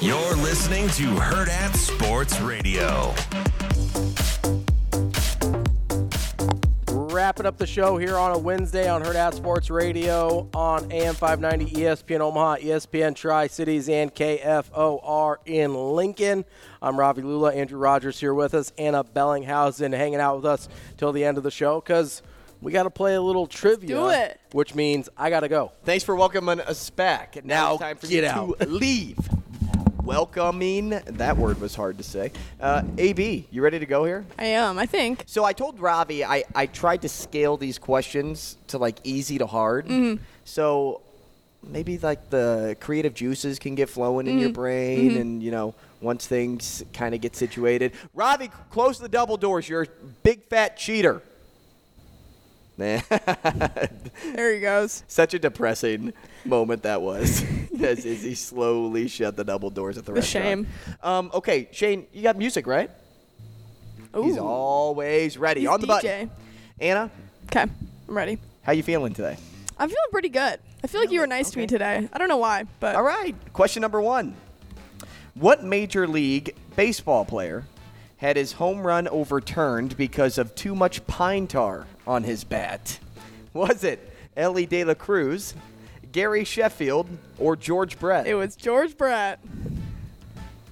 You're listening to Herd at Sports Radio. Wrapping up the show here on a Wednesday on Herd Out Sports Radio on AM 590 ESPN Omaha, E ESPN Tri Cities, and KFOR in Lincoln. I'm Ravi Lula, Andrew Rogers here with us, Anna Bellinghausen hanging out with us till the end of the show because we got to play a little trivia. do it. Which means I got to go. Thanks for welcoming us back. And now, Now it's time for get you out. to leave. Welcoming, that word was hard to say. Uh, AB, you ready to go here? I am, I think. So I told Ravi I, I tried to scale these questions to like easy to hard. So maybe like the creative juices can get flowing in your brain and you know once things kind of get situated. Ravi, c- close the double doors. You're a big fat cheater. Nah. There he goes. Such a depressing moment that was as, as he slowly shut the double doors at the The restaurant. Um, okay, Shane, you got music, right? He's Ooh. always ready He's on DJ. the button. Anna, Okay, I'm ready. how you feeling today? I'm feeling pretty good. I feel like you were nice to me today. I don't know why, but All right. Question number one: What major league baseball player had his home run overturned because of too much pine tar on his bat? Was it Ellie De La Cruz, Gary Sheffield, or George Brett? it was George Brett.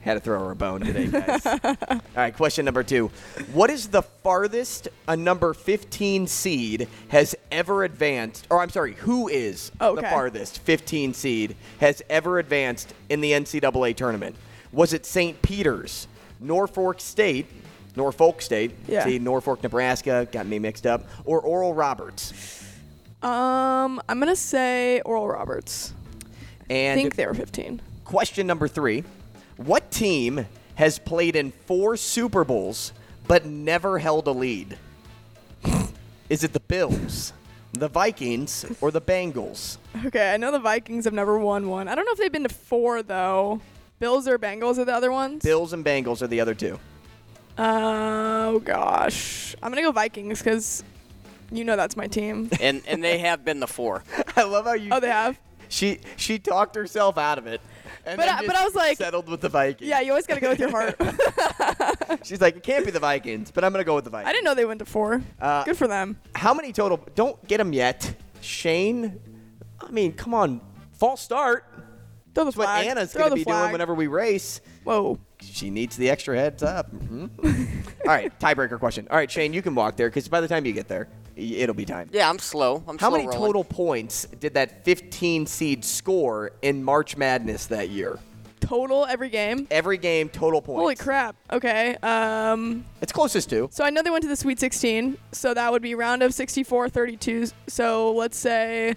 Had to throw her a bone today, guys. All right, question number two. What is the farthest a number 15 seed has ever advanced? Or, I'm sorry, who is the Oh, Okay. farthest 15 seed has ever advanced in the NCAA tournament? Was it St. Peter's, Norfolk State, Norfolk State, Yeah. see, Norfolk, Nebraska, got me mixed up, or Oral Roberts? Um, I'm gonna say Oral Roberts. I And think they were 15. Question number three What team has played in four Super Bowls but never held a lead? Is it the Bills, the Vikings, or the Bengals? Okay, I know the Vikings have never won one. I don't know if they've been to four though. Bills or Bengals are the other ones. Bills and Bengals are the other two. Oh gosh, I'm gonna go Vikings because you know that's my team. and and they have been the four. I love how you. oh, they have. She she talked herself out of it. And But then I- but just I was like- settled with the Vikings. Yeah, you always gotta go with your heart. She's like, it can't be the Vikings, but I'm gonna go with the Vikings. I didn't know they went to four. Uh, Good for them. How many total? Don't get them yet, Shane. I mean, come on, false start. Throw the That's what flag. Anna's Throw gonna the be flag. doing whenever we race. Whoa. She needs the extra heads up. Mhm. All right, tiebreaker question. All right, Shane, you can walk there because by the time you get there, y- it'll be time. Yeah, I'm slow. I'm How slow many rolling. total points did that 15 seed score in March Madness that year? Total every game. Every game, total points. Holy crap. Okay. Um. It's closest to. So I know they went to the Sweet 16, so that would be round of 64, 32. So let's say,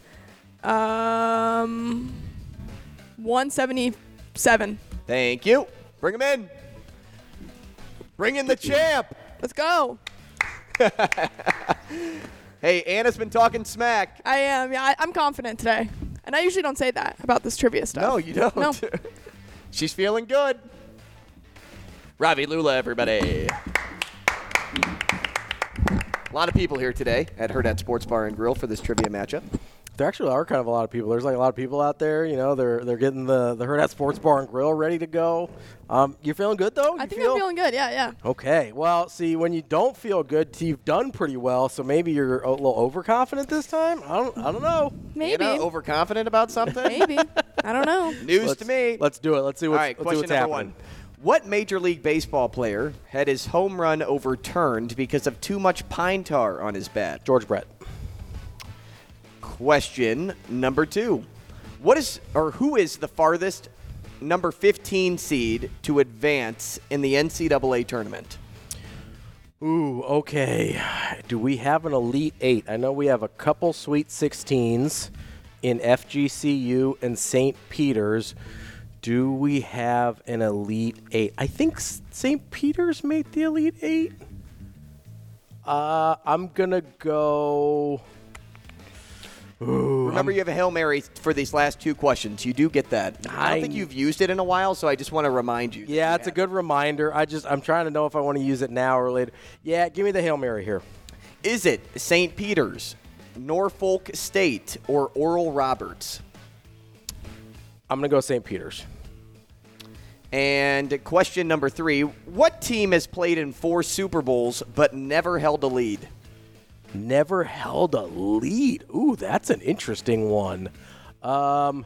um, 177. Thank you. Bring him in. Bring in the champ. Let's go. Hey, Anna's been talking smack. I am. Yeah, I, I'm confident today, and I usually don't say that about this trivia stuff. No, you don't. No. She's feeling good. Ravi Lula, everybody. A lot of people here today at Herd at Sports Bar and Grill for this trivia matchup. There actually are kind of a lot of people. There's like a lot of people out there. You know, they're they're getting the the Herd at Sports Bar and Grill ready to go. Um, you feeling good though? I You think feel- I'm feeling good. Yeah, yeah. Okay. Well, see, when you don't feel good, you've done pretty well. So maybe you're a little overconfident this time. I don't. I don't know. You Maybe. know, overconfident about something? Maybe. I don't know. News Let's- to me. Let's do it. Let's see All what's, right, let's see question what's number happening. one. What Major League Baseball player had his home run overturned because of too much pine tar on his bat? George Brett. Question number two. What is or who is the farthest number 15 seed to advance in the NCAA tournament? Ooh. Okay. Do we have an elite eight? I know we have a couple Sweet 16s in FGCU and St. Peter's. Do we have an elite eight? I think S- St. Peter's made the elite eight. Uh, I'm gonna go. Remember, you have a Hail Mary for these last two questions. You do get that. I I- don't think you've used it in a while, so I just want to remind you. that Yeah, you it's a have good reminder. I just I'm trying to know if I want to use it now or later. Yeah, give me the Hail Mary here. it. Is it St. Peter's, Norfolk State, or Oral Roberts? I'm gonna go St. Peter's. And question number three What team has played in four Super Bowls but never held a lead? Never held a lead. Ooh, that's an interesting one. Um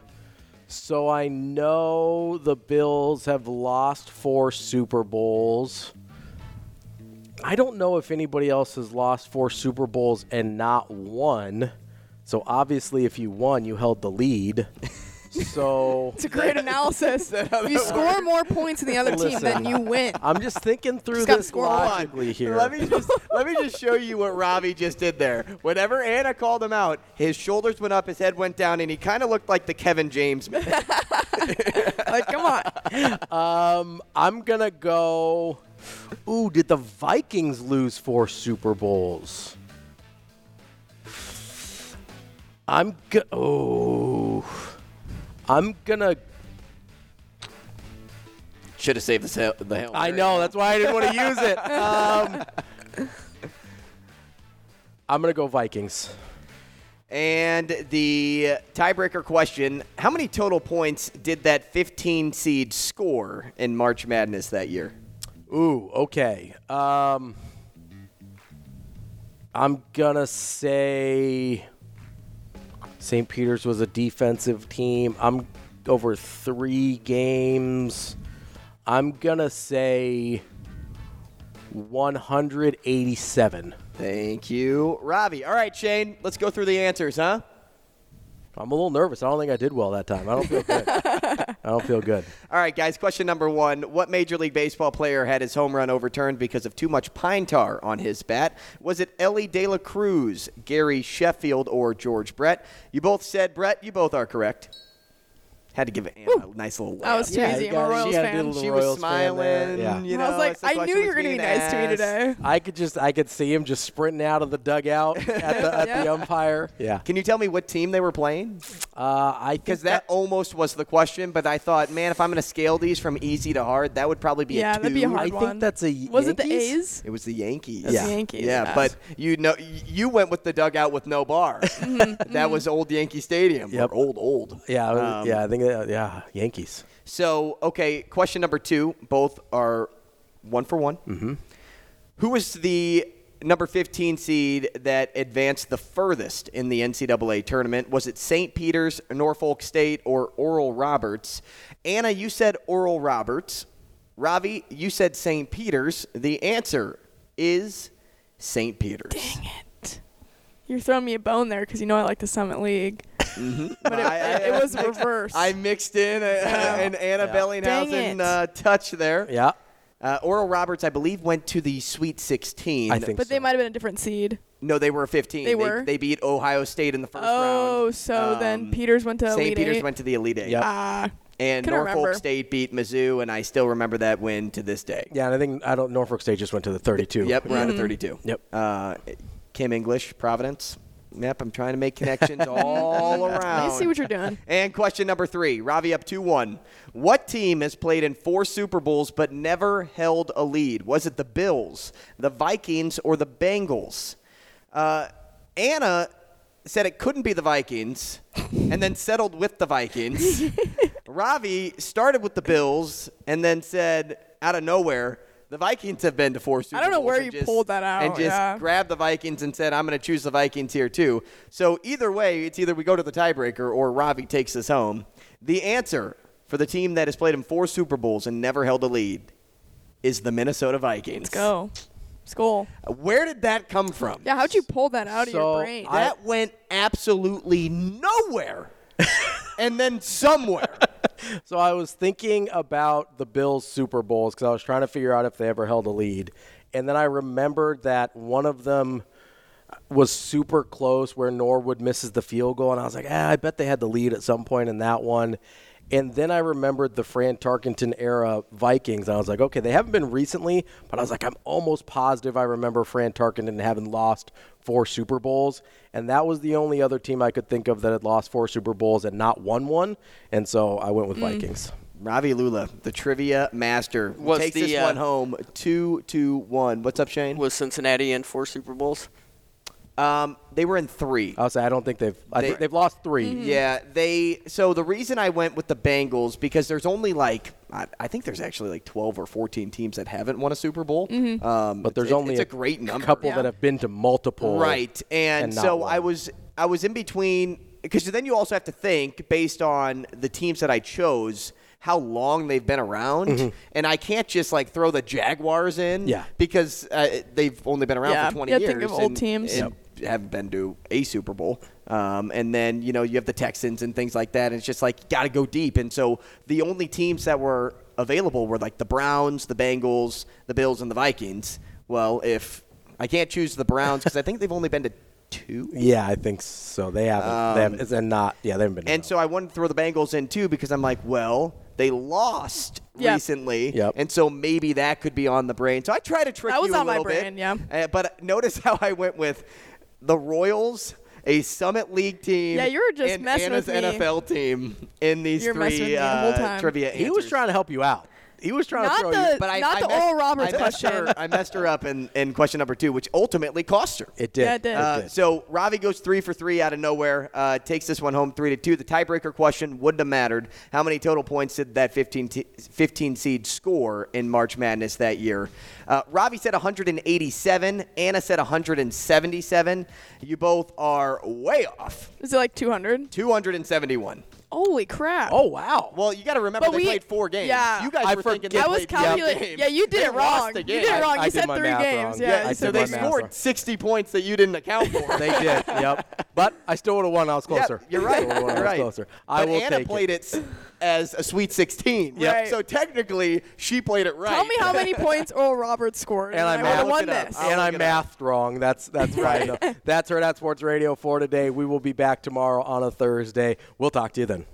so I know the Bills have lost four Super Bowls. I don't know if anybody else has lost four Super Bowls and not won. So obviously if you won, you held the lead. So It's a great analysis. you score more points in the other team Listen. than you win. I'm just thinking through Just gotta this score one. logically here. Let me just let me just show you what Robbie just did there. Whenever Anna called him out, his shoulders went up, his head went down, and he kind of looked like the Kevin James man. Like, come on. Um, I'm gonna go. Ooh, did the Vikings lose four Super Bowls? I'm go. Oh, I'm gonna. Should have saved the Hail, the Hail I know that's why I didn't want to use it. Um, I'm gonna go Vikings. And the tiebreaker question How many total points did that 15 seed score in March Madness that year? Ooh, okay. Um, I'm gonna say St. Peter's was a defensive team. I'm over three games. I'm gonna say 187. Thank you, Robbie. All right, Shane, let's go through the answers, huh? I'm a little nervous. I don't think I did well that time. I don't feel good. I don't feel good. All right, guys, question number one. What Major League Baseball player had his home run overturned because of too much pine tar on his bat? Was it Ellie De La Cruz, Gary Sheffield, or George Brett? You both said Brett. You both are correct. Had to give Anna a nice little laugh. That was too Yeah, easy. you I'm a gotta- Royals you gotta do fan. the She Royals was fan there. smiling. Yeah. You I was know, like, as the I question knew was you were going to being be nice to me asked. today. I could just I could see him just sprinting out of the dugout at the at the Yeah. umpire. Yeah. Can you tell me what team they were playing? Uh, I think Because that almost was the question, but I thought, man, if I'm going to scale these from easy to hard, that would probably be a Yeah, two. that'd be a hard I one. think that's a Was it the Yankees? A's? It was the Yankees. That's the Yeah. Yankees, Yeah, yes. but you know, you went with the dugout with no bar. Mm-hmm. that was old Yankee Stadium. Yep. Or old, old. Yeah, I- Um, yeah, I think uh, yeah, Yankees. So, okay, question number two. Both are one for one. Mm-hmm. Who was the number 15 seed that advanced the furthest in the NCAA tournament? Was it St. Peter's, Norfolk State, or Oral Roberts? Anna, you said Oral Roberts. Ravi, you said St. Peter's. The answer is St. Peter's. You're throwing me a bone there because you know I like the Summit League. But it, it was reverse. Mm-hmm. I mixed in a, an Anna Dang Bellinghausen it. uh, touch there. Yeah. Uh, Oral Roberts, I believe, went to the Sweet 16. I think but they so. might have been a different seed. No, they were 15. They were? They beat Ohio State in the first Oh, round. so Um, then Peters went to St. Elite Peter's Eight. went to the Elite Eight. Yep. Ah, And couldn't Norfolk remember. State beat Mizzou, and I still remember that win to this day. Yeah, and I think I don't Norfolk State just went to the 32. Yep, we're out Mm-hmm. of 32. Yep. Uh, Kim English, Providence. Yep, I'm trying to make connections all around. I see what you're doing. And question number three, Ravi up 2 1. What team has played in four Super Bowls but never held a lead? Was it the Bills, the Vikings, or the Bengals? Uh, Anna said it couldn't be the Vikings and then settled with the Vikings. Ravi started with the Bills and then said out of nowhere, the Vikings have been to four Super I don't know Bowls," where and you pulled that out, And just yeah. grabbed the Vikings and said, I'm going to choose the Vikings here too. So either way, it's either we go to the tiebreaker or Ravi takes us home. The answer for the team that has played in four Super Bowls and never held a lead is the Minnesota Vikings. Let's go. School. Where did that come from? Yeah, how'd you pull that out of So, your brain? I- That went absolutely nowhere and then somewhere. So I was thinking about the Bills Super Bowls because I was trying to figure out if they ever held a lead, and then I remembered that one of them was super close where Norwood misses the field goal, and I was like, ah, I bet they had the lead at some point in that one. And then I remembered the Fran Tarkenton era Vikings, and I was like, okay, they haven't been recently, but I was like, I'm almost positive I remember Fran Tarkenton having lost four Super Bowls, and that was the only other team I could think of that had lost four Super Bowls and not won one, and so I went with Vikings. Ravi Lula, the trivia master, Was takes the, this uh, one home two to one. What's up, Shane? Was Cincinnati in four Super Bowls? Um, they were in three. Uh, I would say I don't think they've I They- Mm-hmm. think they've lost 3 Yeah, they. So the reason I went with the Bengals because there's only like I, I think there's actually like 12 or 14 teams that haven't won a Super Bowl. Mm-hmm. Um, but there's it's- only it's a great number. couple that have been to multiple. Right, and, not so won. I was I was in between because then you also have to think based on the teams that I chose how long they've been around, and I can't just like throw the Jaguars in, Mm-hmm. Yeah. because uh, they've only been around Yeah, for 20 you years. gotta think of old and- teams. and haven't been to a Super Bowl. Um, and then you know you have the Texans and things like that. And it's just like got to go deep. And so the only teams that were available were like the Browns, the Bengals, the Bills, and the Vikings. Well, if I can't choose the Browns because I think they've only been to two. Yeah, I think so. They haven't. they haven't it's- Um, and not. Yeah, they haven't been. And so I wanted to throw the Bengals in too because I'm like, well, they lost Yeah. recently, Yep. and so maybe that could be on the brain. So I try to trick That was you a on my little bit, brain, yeah. Uh, but notice how I went with the Royals, a Summit League team. Yeah, you were just and messing Anna's with me. NFL team in these You were messing with three me the whole uh, time. trivia he was answers. trying to help you out. He was trying Not to throw the- you. But I, Not I the messed, Oral Roberts I messed question. Her, I messed her up in, in question number two, which ultimately cost her. It did. Yeah, it did. Uh, so Ravi goes three for three out of nowhere, uh, takes this one home three to two. The tiebreaker question wouldn't have mattered. How many total points did that 15, t- 15 seed score in March Madness that year? Uh, Ravi said 187. Anna said 177. You both are way off. Is it like 200? 271. Holy crap. oh wow. Well, you got to remember But they we- played four games. yeah. you guys I were thinking they forget- I was played twelve calculating. games. Yeah, you did They it lost wrong. the You game. did it wrong. I you did said my three math games. wrong. Yeah, Yeah, you I said So did they my math wrong. scored 60 points that you didn't account for. they did. Yep. But I still would have won. I was closer. Yep, you're right. I still would've won, I You're was right. closer. I but will Anna take played it. s- as a Sweet 16. Yep. Right. So technically, she played it right. Tell me how many points Oral Roberts scored. And I I would have mapped won it up. this. I'll and I look it up. mathed wrong. That's that's right. That's her at Sports Radio for today. We will be back tomorrow on a Thursday. We'll talk to you then.